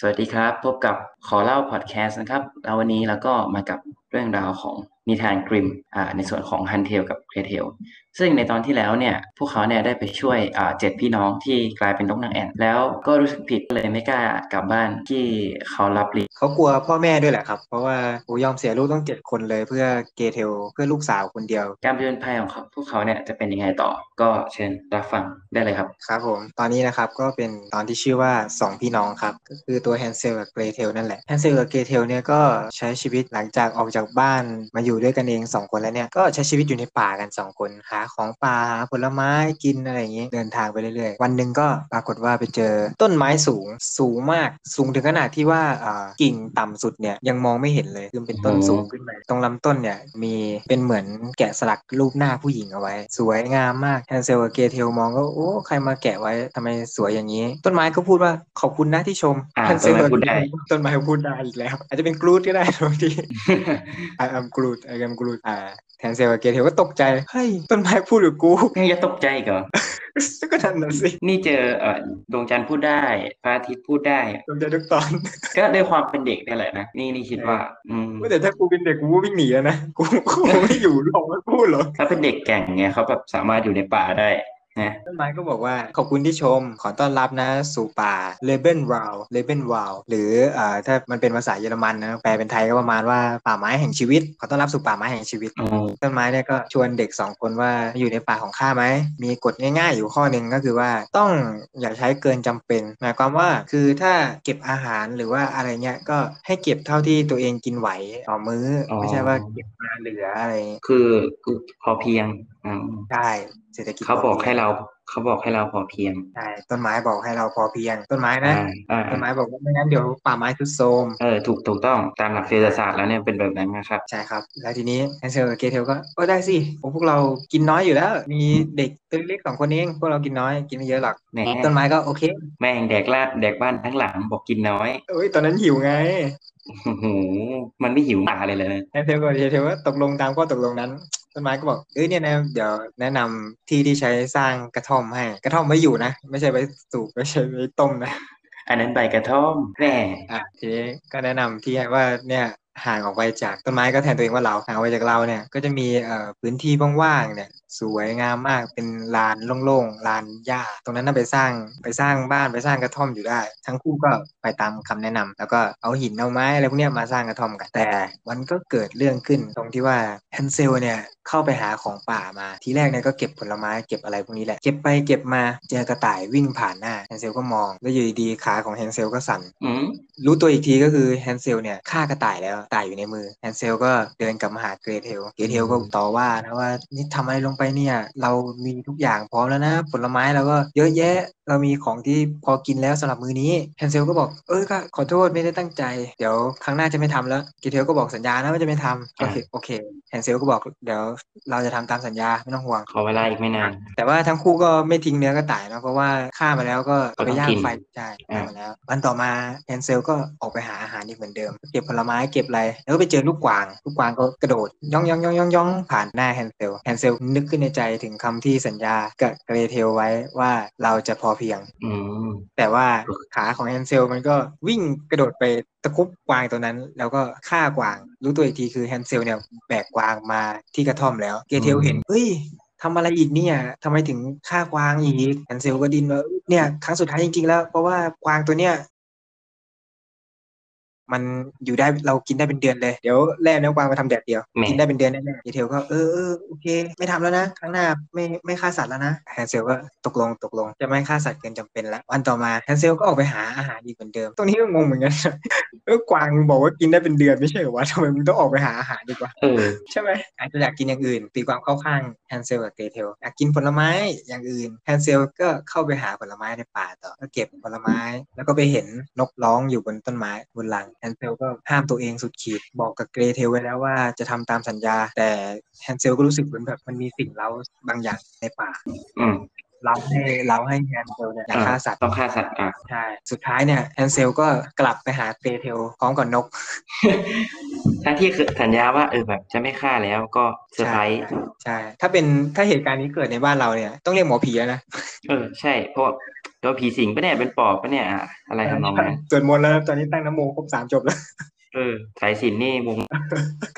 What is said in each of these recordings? สวัสดีครับ พบกับขอเล่าพอดแคสต์นะครับแล้ววันนี้เราก็มากับเรื่องราวของนิทานกริมอ่าในส่วนของฮันเทลกับเกรเทลซึ่งในตอนที่แล้วเนี่ยพวกเขาเนี่ยได้ไปช่วยอ่าเจ็ดพี่น้องที่กลายเป็นนกนางแอ่นแล้วก็รู้สึกผิดเลยไม่กล้ากลับบ้านที่เขารับเลี้ยง เขากลัวพ่อแม่ด้วยแหละครับ เพราะว่าโอยอมเสียลูกต้องเจ็ดคนเลยเพื่อเกเทลเพื่อลูกสาวคนเดียว การผจญภัยของเขาพวกเขาเนี่ยจะเป็นยังไงต่อ ก็เชิญรับฟังได้เลยครับ ครับผม ตอนนี้นะครับก็เป็นตอนที่ชื่อว่า 2 พี่น้องครับ ก็คือตัวแฮนเซลกับเกรเทลนั่นแหละ แฮนเซลกับเกรเทลเนี่ยก็ใช้ชีวิตหลังจากออกจากบ้านมาอยู่ด้วยกันเอง 2 คนแล้วเนี่ย ก็ใช้ชีวิตอยู่ในป่ากัน 2 คนหาของป่าหาผลไม้กินอะไรอย่างงี้ เดินทางไปเรื่อยๆ วันหนึ่งก็ปรากฏว่าไปเจอต้นไม้สูงสูงมาก สูงถึงขนาดที่ว่าเอ่อกิ่งต่ำสุดเนี่ยยังมองไม่เห็นเลยคือมันเป็นต้นสูง ขึ้นไปตรงลำต้นเนี่ยมีเป็นเหมือนแกะสลักรูปหน้าผู้หญิงเอาไว้ สวยงามมากแฮนเซลกับเกเทลมองก็โอ้ใครมาแกะไว้ทำไมสวยอย่างนี้ ต้นไม้ก็พูดว่าขอบคุณนะที่ชม อ่า แฮนเซล ต้นไม้พูดได้ ต้นไม้พูดได้อีกแล้ว อาจจะเป็นกรูดก็ได้ บางที I am Groot I am Groot อ่าแฮนเซลกับเกเทลก็ตกใจเฮ้ยต้นไม้พูดกับกู ยังจะตกใจอีกเหรอ ก็นั่นน่ะสิ นี่เจอเอ่อดวงจันทร์พูดได้พระอาทิตย์พูดได้ ตกใจทุกตอน ก็ด้วยความเป็นเด็กนี่แหละนะนี่นี่คิดว่าอืม แต่ถ้ากูเป็นเด็กกูก็วิ่งหนีแล้วนะ กูกูไม่อยู่หรอกไม่พูดหรอก ถ้าเป็นเด็กแก่งไงเขาแบบสามารถอยู่ในป่าได้นะ ต้นไม้ก็บอกว่าขอบคุณที่ชม ขอต้อนรับนะสู่ป่าเลเบนวาวเลเบนวาวหรือเอ่อถ้ามันเป็นภาษาเยอรมันนะแปลเป็นไทยก็ประมาณว่าป่าไม้แห่งชีวิต ขอต้อนรับสู่ป่าไม้แห่งชีวิต อืม ต้นไม้เนี่ยก็ชวนเด็กสองคนว่าอยู่ในป่าของข้าไหม มีกฎง่ายๆอยู่ข้อหนึ่งก็คือว่าต้องอย่าใช้เกินจำเป็น หมายความว่าคือถ้าเก็บอาหารหรือว่าอะไรเงี้ยก็ให้เก็บเท่าที่ตัวเองกินไหวต่อมื้ออไม่ใช่ว่าเก็บมาเหลืออะไร คือคือพอเพียงอืม ได้เศรษฐกิจ เขาบอกให้ พพียง เราเขาบอกให้เราพอเพียง ใช่ต้นไม้บอกให้เราพอเพียงต้นไม้นะ อ่าอ่า ต้นไม้บอกว่าไม่งั้นเดี๋ยวป่าไม้ทรุดโทรม เออถูกถูกต้องตามหลักเศรษฐศาสตร์แล้วเนี่ยเป็นแบบนั้นนะครับ ใช่ครับ แล้วทีนี้แอนเซลกับเกเทลก็โอ้ได้สิโอ้พวกเรากินน้อยอยู่แล้ว มีเด็กตัวเล็กสองคนเองพวกเรากินน้อยกินไม่เยอะหรอก แหม ต้นไม้ก็โอเค แม่งแดกลาดแดกบ้านทั้งหลังบอกกินน้อย เอ้ยตอนนั้นหิวไง โอ้โหมันไม่หิวหมาเลยเลยนะ แอนเซลกับเกเทลก็ตกลงตามข้อตกลงนั้น ต้นไม้ก็บอกเอ้ยเนี่ยนะเดี๋ยวแนะนำที่ที่ใช้สร้างกระท่อมให้กระท่อมไว้อยู่นะ ไม่ใช่ไว้สูบไม่ใช่ไว้ต้มนะ อันนั้นใบกระท่อมแหม อ่ะทีนี้ก็แนะนำที่ให้ว่าเนี่ยห่างออกไปจากต้นไม้ก็แทนตัวเองว่าเราห่างออกไปจากเราเนี่ยก็จะมีเอ่อพื้นที่ว่างๆเนี่ยสวยงามมากเป็นลานโล่งๆลานหญ้าตรงนั้นน่ะไปสร้างไปสร้างบ้านไปสร้างกระท่อมอยู่ได้ ทั้งคู่ก็ไปตามคำแนะนำแล้วก็เอาหินเอาไม้อะไรพวกเนี้ยมาสร้างกระท่อมกันแต่มันก็เกิดเรื่องขึ้นตรงที่ว่าแฮนเซลเนี่ยเข้าไปหาของป่ามาทีแรกเนี่ยก็เก็บผลไม้เก็บอะไรพวกนี้แหละเก็บไปเก็บมาเจอกระต่ายวิ่งผ่านหน้าแฮนเซลก็มองแล้วอยู่ดีๆขาของแฮนเซลก็สั่น อืม รู้ตัวอีกทีก็คือแฮนเซลเนี่ยฆ่ากระต่ายแล้วกระต่ายอยู่ในมือแฮนเซลก็เดินกลับมาหาเกรเทลเกรเทลก็ต่อว่านะว่านี่ทำอะไรลงไปเนี่ย เรามีทุกอย่างพร้อมแล้วนะ ผลไม้เราก็เยอะแยะ เรามีของที่พอกินแล้วสำหรับมือนี้แฮนเซลก็บอกเออก็ขอโทษไม่ได้ตั้งใจ เดี๋ยวครั้งหน้าจะไม่ทำแล้วเกรเทลก็บอกสัญญานะว่าจะไม่ทำโอเคโอเคแฮนเซลก็บอกเดี๋ยวเราจะทำตามสัญญาไม่ต้องห่วง ขอเวลาอีกไม่นาน แต่ว่าทั้งคู่ก็ไม่ทิ้งเนื้อกระต่ายเนอะเพราะว่าฆ่ามาแล้วก็เอาไปย่างไฟใช่ อ่า ฆ่ามาแล้ว วันต่อมาแอนเซลก็ออกไปหาอาหารอีกเหมือนเดิม เก็บผลไม้เก็บอะไร แล้วก็ไปเจอลูกกวาง ลูกกวางก็กระโดดย่องย่องย่องย่องย่องผ่านหน้าแอนเซลแอนเซลนึกขึ้นในใจถึงคำที่สัญญากับเกรเทลไว้ว่าเราจะพอเพียง อืม แต่ว่า โอเค ขาของแอนเซลมันก็วิ่งกระโดดไปตะครุบกวางตัวนั้น แล้วก็ฆ่ากวาง รู้ตัวอีกทีคือแฮนเซลเนี่ยแบกกวางมาที่กระท่อมแล้วเกเทลเห็นเฮ้ยทำอะไรอีกเนี่ยทำไมถึงฆ่ากวางอีกแฮนเซลก็ดินว่าเนี่ยครั้งสุดท้ายจริงๆแล้ว เพราะว่ากวางตัวเนี้ยมันอยู่ได้เรากินได้เป็นเดือนเลยเดี๋ยวแล่เนื้อกวางมาทำแดดเดียว แหม กินได้เป็นเดือนแน่ๆดีเทลก็เออเออโอเค ไม่ทำแล้วนะ ครั้งหน้าไม่ไม่ฆ่าสัตว์แล้วนะแฮนเซลก็ตกลงตกลง จะไม่ฆ่าสัตว์เกินจำเป็นแล้ววันต่อมาแฮนเซลก็ออกไปหาอาหารอีกเหมือนเดิม ตรงนี้ก็งงเหมือนกัน เออกวางบอกว่ากินได้เป็นเดือนไม่ใช่เหรอวะทำไมมึงต้องออกไปหาอาหารดีกว่า เออ ใช่ไหมอาจจะอยากกินอย่างอื่นตีความเข้าข้างแฮนเซลกับเกรเทลอยากกินผลไม้อย่างอื่นแฮนเซลก็เข้าไปหาผลไม้ในป่าต่อก็เก็บผลไม้ แล้วก็ไปเห็นนกร้องอยู่บนต้นไม้บนหลังแฮนเซลก็ห้ามตัวเองสุดขีดบอกกับเกรเทลไว้แล้วว่าจะทำตามสัญญา แต่แฮนเซลก็รู้สึกเหมือนแบบมันมีสิ่งเร้าบางอย่างในป่า อืม เร้าให้เร้าให้แฮนเซลเนี่ยอยากฆ่าสัตว์ ต้องฆ่าสัตว์อ่ะ ใช่สุดท้ายเนี่ยแฮนเซลก็กลับไปหาเกรเทลพร้อมกับนก ทั้งที่คือสัญญาว่าเออแบบจะไม่ฆ่าแล้วก็เซอร์ไพรส์ ใช่ ถ้าเป็นถ้าเหตุการณ์นี้เกิดในบ้านเราเนี่ย ต้องเรียกหมอผีแล้วนะ เออใช่เพราะ ตัวผีสิงปะเนี่ยเป็นปอบปะเนี่ยอ่ะอะไรทำนองนั้น ส่วนมนต์แล้วตอนนี้ตั้งนโมครบสามจบแล้ว เออสายสินนี่วง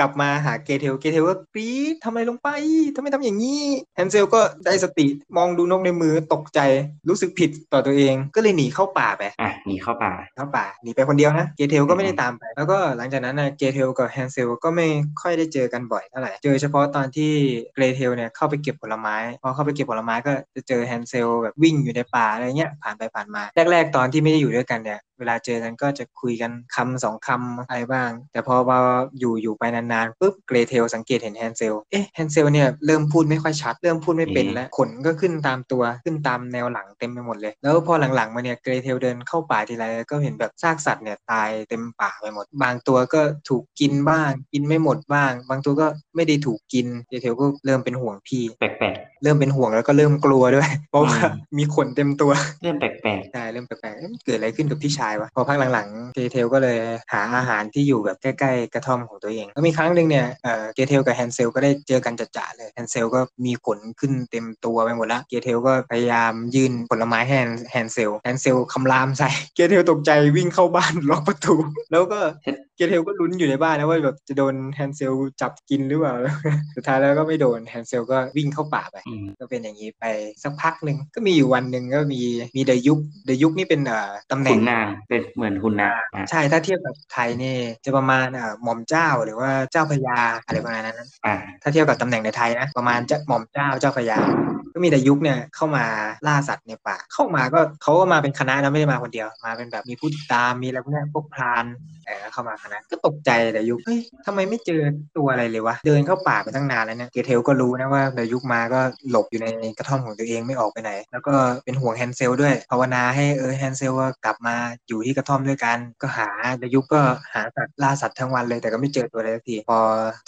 กลับมาหาเกเทล เกเทลก็กรี๊ดทำอะไรลงไปทำไมทำอย่างนี้แฮนเซลก็ได้สติมองดูนกในมือตกใจรู้สึกผิดต่อตัวเอง ก็เลยหนีเข้าป่าไป อ่ะหนีเข้าป่า เข้าป่าหนีไปคนเดียวนะเกเทลก็ไม่ได้ อืม ตามไป แล้วก็หลังจากนั้นนะเกเทลกับแฮนเซลก็ไม่ค่อยได้เจอกันบ่อยเท่าไหร่เจอเฉพาะตอนที่เกเทลเนี่ยเข้าไปเก็บผลไม้พอเข้าไปเก็บผลไม้ก็จะเจอแฮนเซลแบบวิ่งอยู่ในป่าอะไรเงี้ยผ่านไปผ่านมาแรก ๆ ตอนที่ไม่ได้อยู่ด้วยกันเนี่ยเวลาเจอกันก็จะคุยกันคำสองคำอะไรบ้าง แต่พอมาอยู่อยู่ไปนานๆปุ๊บเกเทลสังเกตเห็นแฮนเซลเอ๊ะแฮนเซลเนี่ยเริ่มพูดไม่ค่อยชัดเริ่มพูดไม่เป็นแล้ว ขนก็ขึ้นตามตัวขึ้นตามแนวหลังเต็มไปหมดเลย แล้วพอหลังๆมาเนี่ยเกรเทลเดินเข้าป่าทีไรก็เห็นแบบซากสัตว์เนี่ยตายเต็มป่าไปหมด บางตัวก็ถูกกินบ้าง กินไม่หมดบ้าง บางตัวก็ไม่ได้ถูกกินเกรเทลก็เริ่มเป็นห่วงพี่ แปลก เริ่มเป็นห่วงแล้วก็เริ่มกลัวด้วย เพราะว่า อืม มีขนเต็มตัว ๆเรื่องแปลก ใช่เริ่มแปลกๆเอ๊ะมันเกิดอะไรขึ้นกับพี่ชายวะ พอพักหลังๆ เกเทลก็เลยหาอาหารที่อยู่แบบใกล้ๆ กระท่อมของตัวเอง แล้วมีครั้งหนึ่งเนี่ย เอ่อ เกเทลกับแฮนเซลก็ได้เจอกันจัดจ่าเลย แฮนเซลก็มีขนขึ้นเต็มตัวไปหมดละ เกเทลก็พยายามยื่นผลไม้ให้แฮนเซล แฮนเซลคำรามใส่ เกเทลตกใจวิ่งเข้าบ้าน ล็อกประตู แล้วก็ เกเทลก็ลุ้นอยู่ในบ้านนะว่าแบบจะโดนแฮนเซลจับกินหรือเปล่า สุดท้ายแล้วก็ไม่โดน แฮนเซลก็วิ่งเข้าป่าไป ๆอืม ก็เป็นอย่างนี้ไปสักพักหนึ่งก็มีอยู่วันหนึ่งก็มีมีเดยุคเดยุคนี่เป็นเอ่อตำแห ขุ น่ง นนางเป็นเหมือนขุนนางอ่ะ ใช่ถ้าเทียบกับไทยนี่จะประมาณเอ่อหม่อมเจ้าหรือว่าเจ้าพญาอะไรประมาณนั้นนะ อ่ะ ถ้าเทียบกับตำแหน่งในไทยนะประมาณเจ้าหม่อมเจ้าเจ้าพญาก็มีเดยุคเนี่ยเข้ามาล่าสัตว์ในป่าเข้ามาก็เขาก็มาเป็นคณะนะไม่ได้มาคนเดียวมาเป็นแบบมีผู้ติดตามมีอะไรพวกเนี้ยพวกพรานเออเข้ามาคณะก็ตกใจเดยุคเฮ้ยทำไมไม่เจอตัวอะไรเลยวะเดินเข้าป่าไปตั้งนานแล้วเนี่ยเกเทลก็รู้นะว่าเดยุคมาก็หลบอยู่ในกระท่อมของตัวเองไม่ออกไปไหน แล้วก็เป็นห่วงแฮนเซลด้วยภาวนาให้เออแฮนเซลว่ากลับมาอยู่ที่กระท่อมด้วยกัน ก็หาเดยุคก็หาสัตว์ล่าสัตว์ทั้งวันเลยแต่ก็ไม่เจอตัวเลยสักทีพอ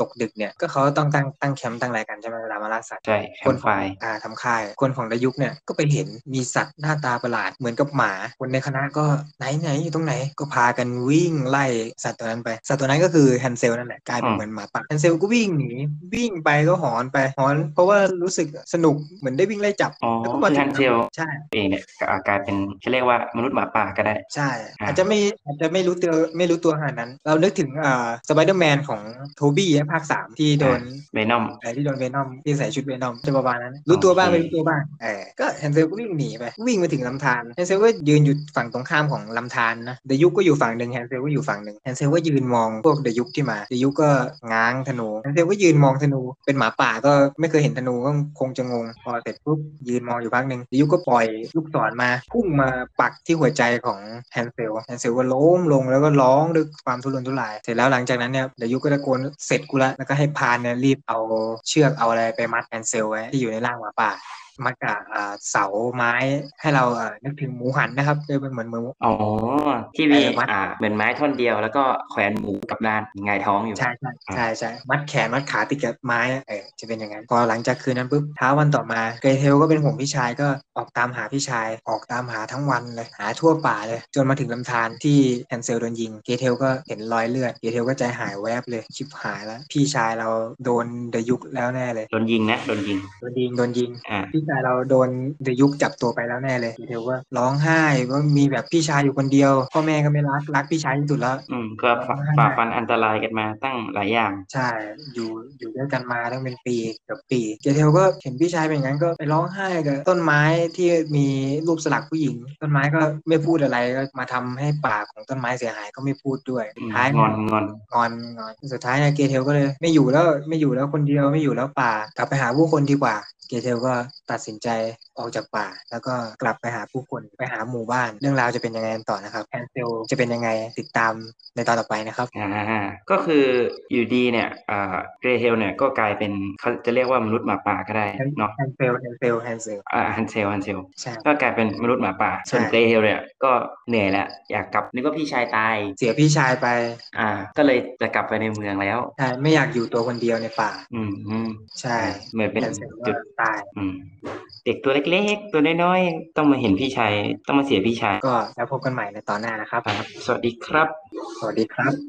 ตกดึกเนี่ยก็เขาต้องตั้งตั้งแคมป์ตั้งอะไรกันใช่ไหมเวลามาล่าสัตว์ ใช่แคมไฟล์ อ่าทำค่ายคนของดยุคเนี่ยก็ไปเห็นมีสัตว์หน้าตาประหลาดเหมือนกับหมา คนในคณะก็ไหนไหนอยู่ตรงไหนก็พากันวิ่งไล่สัตว์ตัวนั้นไป สัตว์ตัวนั้นก็คือแฮนเซลนั่นแหละกลายเป็น อืม เหมือนหมาป่าแฮนเซลก็วิ่งหนีวิ่งไปก็หอนไปหอน เพราะว่ารู้สึกสนุกเหมือนได้วิ่งไล่จับ อ๋อ แล้วก็ คื มา อ ถึ ฮั ง นเซล ใช่ เองเนี่ยก็กลายเป็นเขาเรียกว่ามนุษย์หมาป่าก็ได้ ใช่ อ่า อาจจะไม่อาจจะไม่รู้ตัวไม่รู้ตัวขนาดนั้น เรานึกถึงอ่าสไปเดอร์แมนของโทบี้ภาคสามที่โดน เวนอม ไอ้ที่โดนเวนอมที่ใส่ชุดเวนอมจะประมาณนั้น รู้ตัวบ้าง โอเค ไม่รู้ตัวบ้างเออก็แฮนเซลก็วิ่งหนีไป วิ่งมาถึงลำธารแฮนเซลก็ยืนอยู่ฝั่งตรงข้ามของลำธารนะเดยุกก็อยู่ฝั่งหนึ่งแฮนเซลก็อยู่ฝั่งหนึ่งแฮนเซลก็ยืนมองพวกเดยุกที่มาเดยุกก็ง้างธนูแฮนเซลก็ยืนมองธนูเป็นหมาป่าก็ไม่เคยเห็นธนูก็คงจะงงพอเสร็จปุ๊บยืนมองอยู่พักหนึ่งเดยุกก็ปล่อยลูกศรมาพุ่งมาปักที่หัวใจของแฮนเซลแฮนเซลก็ล้มลงแล้วก็ร้องด้วยความทุรนทุราย เสร็จแล้วหลังจากนั้นเนี่ยเดยุกก็ตะโกนเสร็จกูละแล้วก็ให้พานเนี่ยรีบเอาเชือกเอาอะไรไปมัดแฮนเซลไว้ที่อยู่ในร่างหมาป่า มัดกับอ่าเสาไม้ให้เราเอ่อนึกถึงหมูหันนะครับเออเป็นเหมือนหมู อ๋อ ที่มี เออวัด อ่าเหมือนไม้ท่อนเดียว แล้วก็แขวนหมูกับด้านหงายท้องอยู่ ใช่ใช่ใช่ใช่มัดแขนมัดขาติดกับไม้อะเออจะเป็นอย่างนั้นพอหลังจากคืนนั้นปุ๊บเช้าวันต่อมาเกรเทลก็เป็นห่วงพี่ชายก็ออกตามหาพี่ชาย ออกตามหาทั้งวันเลยหาทั่วป่าเลย จนมาถึงลำธารที่แอนเซลโดนยิงเกรเทลก็เห็นรอยเลือดเกรเทลก็ใจหายแวบเลยชิบหายแล้ว พี่ชายเราโดนเดยุกแล้วแน่เลย โดนยิงนะ โดนยิง โดนยิงโดนยิง อ่า พี่ชายเราโดนเดยุกจับตัวไปแล้วแน่เลยเกรเทลก็ร้องไห้ว่ามีแบบพี่ชายอยู่คนเดียวพ่อแม่ก็ไม่รักรักพี่ชายที่สุดแล้ว อืมเพื่อฝ่าฝ่าฟันอันตรายกันมาตั้งหลายอย่าง ใช่อยู่อยู่ด้วยกันมาตั้งเป็นปีเกือบปี เจเทลก็เห็นพี่ชายเป็นอย่างนั้นก็ไปร้องไห้กับต้นไม้ที่มีรูปสลักผู้หญิง ต้นไม้ก็ไม่พูดอะไรก็มาทำให้ปากของต้นไม้เสียหายก็ไม่พูดด้วยสุดท้าย งอนงอน งอนงอนสุดท้ายเนี่ยเกเทลก็เลยไม่อยู่แล้วไม่อยู่แล้วคนเดียวไม่อยู่แล้วป่ากลับไปหาผู้คนดีกว่า เกเทลก็ตัดสินใจออกจากป่า แล้วก็กลับไปหาผู้คนไปหาหมู่บ้าน เรื่องราวจะเป็นยังไงกันต่อนะครับแอนเซลจะเป็นยังไงติดตามในตอนต่อไปนะครับ อ่า ก็คืออยู่ดีเนี่ยอ่าเกรเฮลเนี่ยก็กลายเป็นเขาจะเรียกว่ามนุษย์หมาป่าก็ได้เนาะ แฮนเซลแฮนเซลแฮนเซล อ่าฮันเซลฮันเซล ใช่ ก็กลายเป็นมนุษย์หมาป่า ส่วน ใช่ เกรเฮลเนี่ยก็เหนื่อยแล้วอยากกลับนึกว่าพี่ชายตาย เสียพี่ชายไป อ่า ก็เลยจะกลับไปในเมืองแล้ว ใช่ไม่อยากอยู่ตัวคนเดียวในป่า อืมอืม ใช่ เหมือนเป็น แฮนเซลก็ จุด ตาย อืมเด็กตัวเล็กๆ ตัวน้อยๆ ต้องมาเห็นพี่ชาย ต้องมาเสียพี่ชาย ก็แล้วพบกันใหม่ในตอนหน้านะครับ ครับ สวัสดีครับ สวัสดีครับ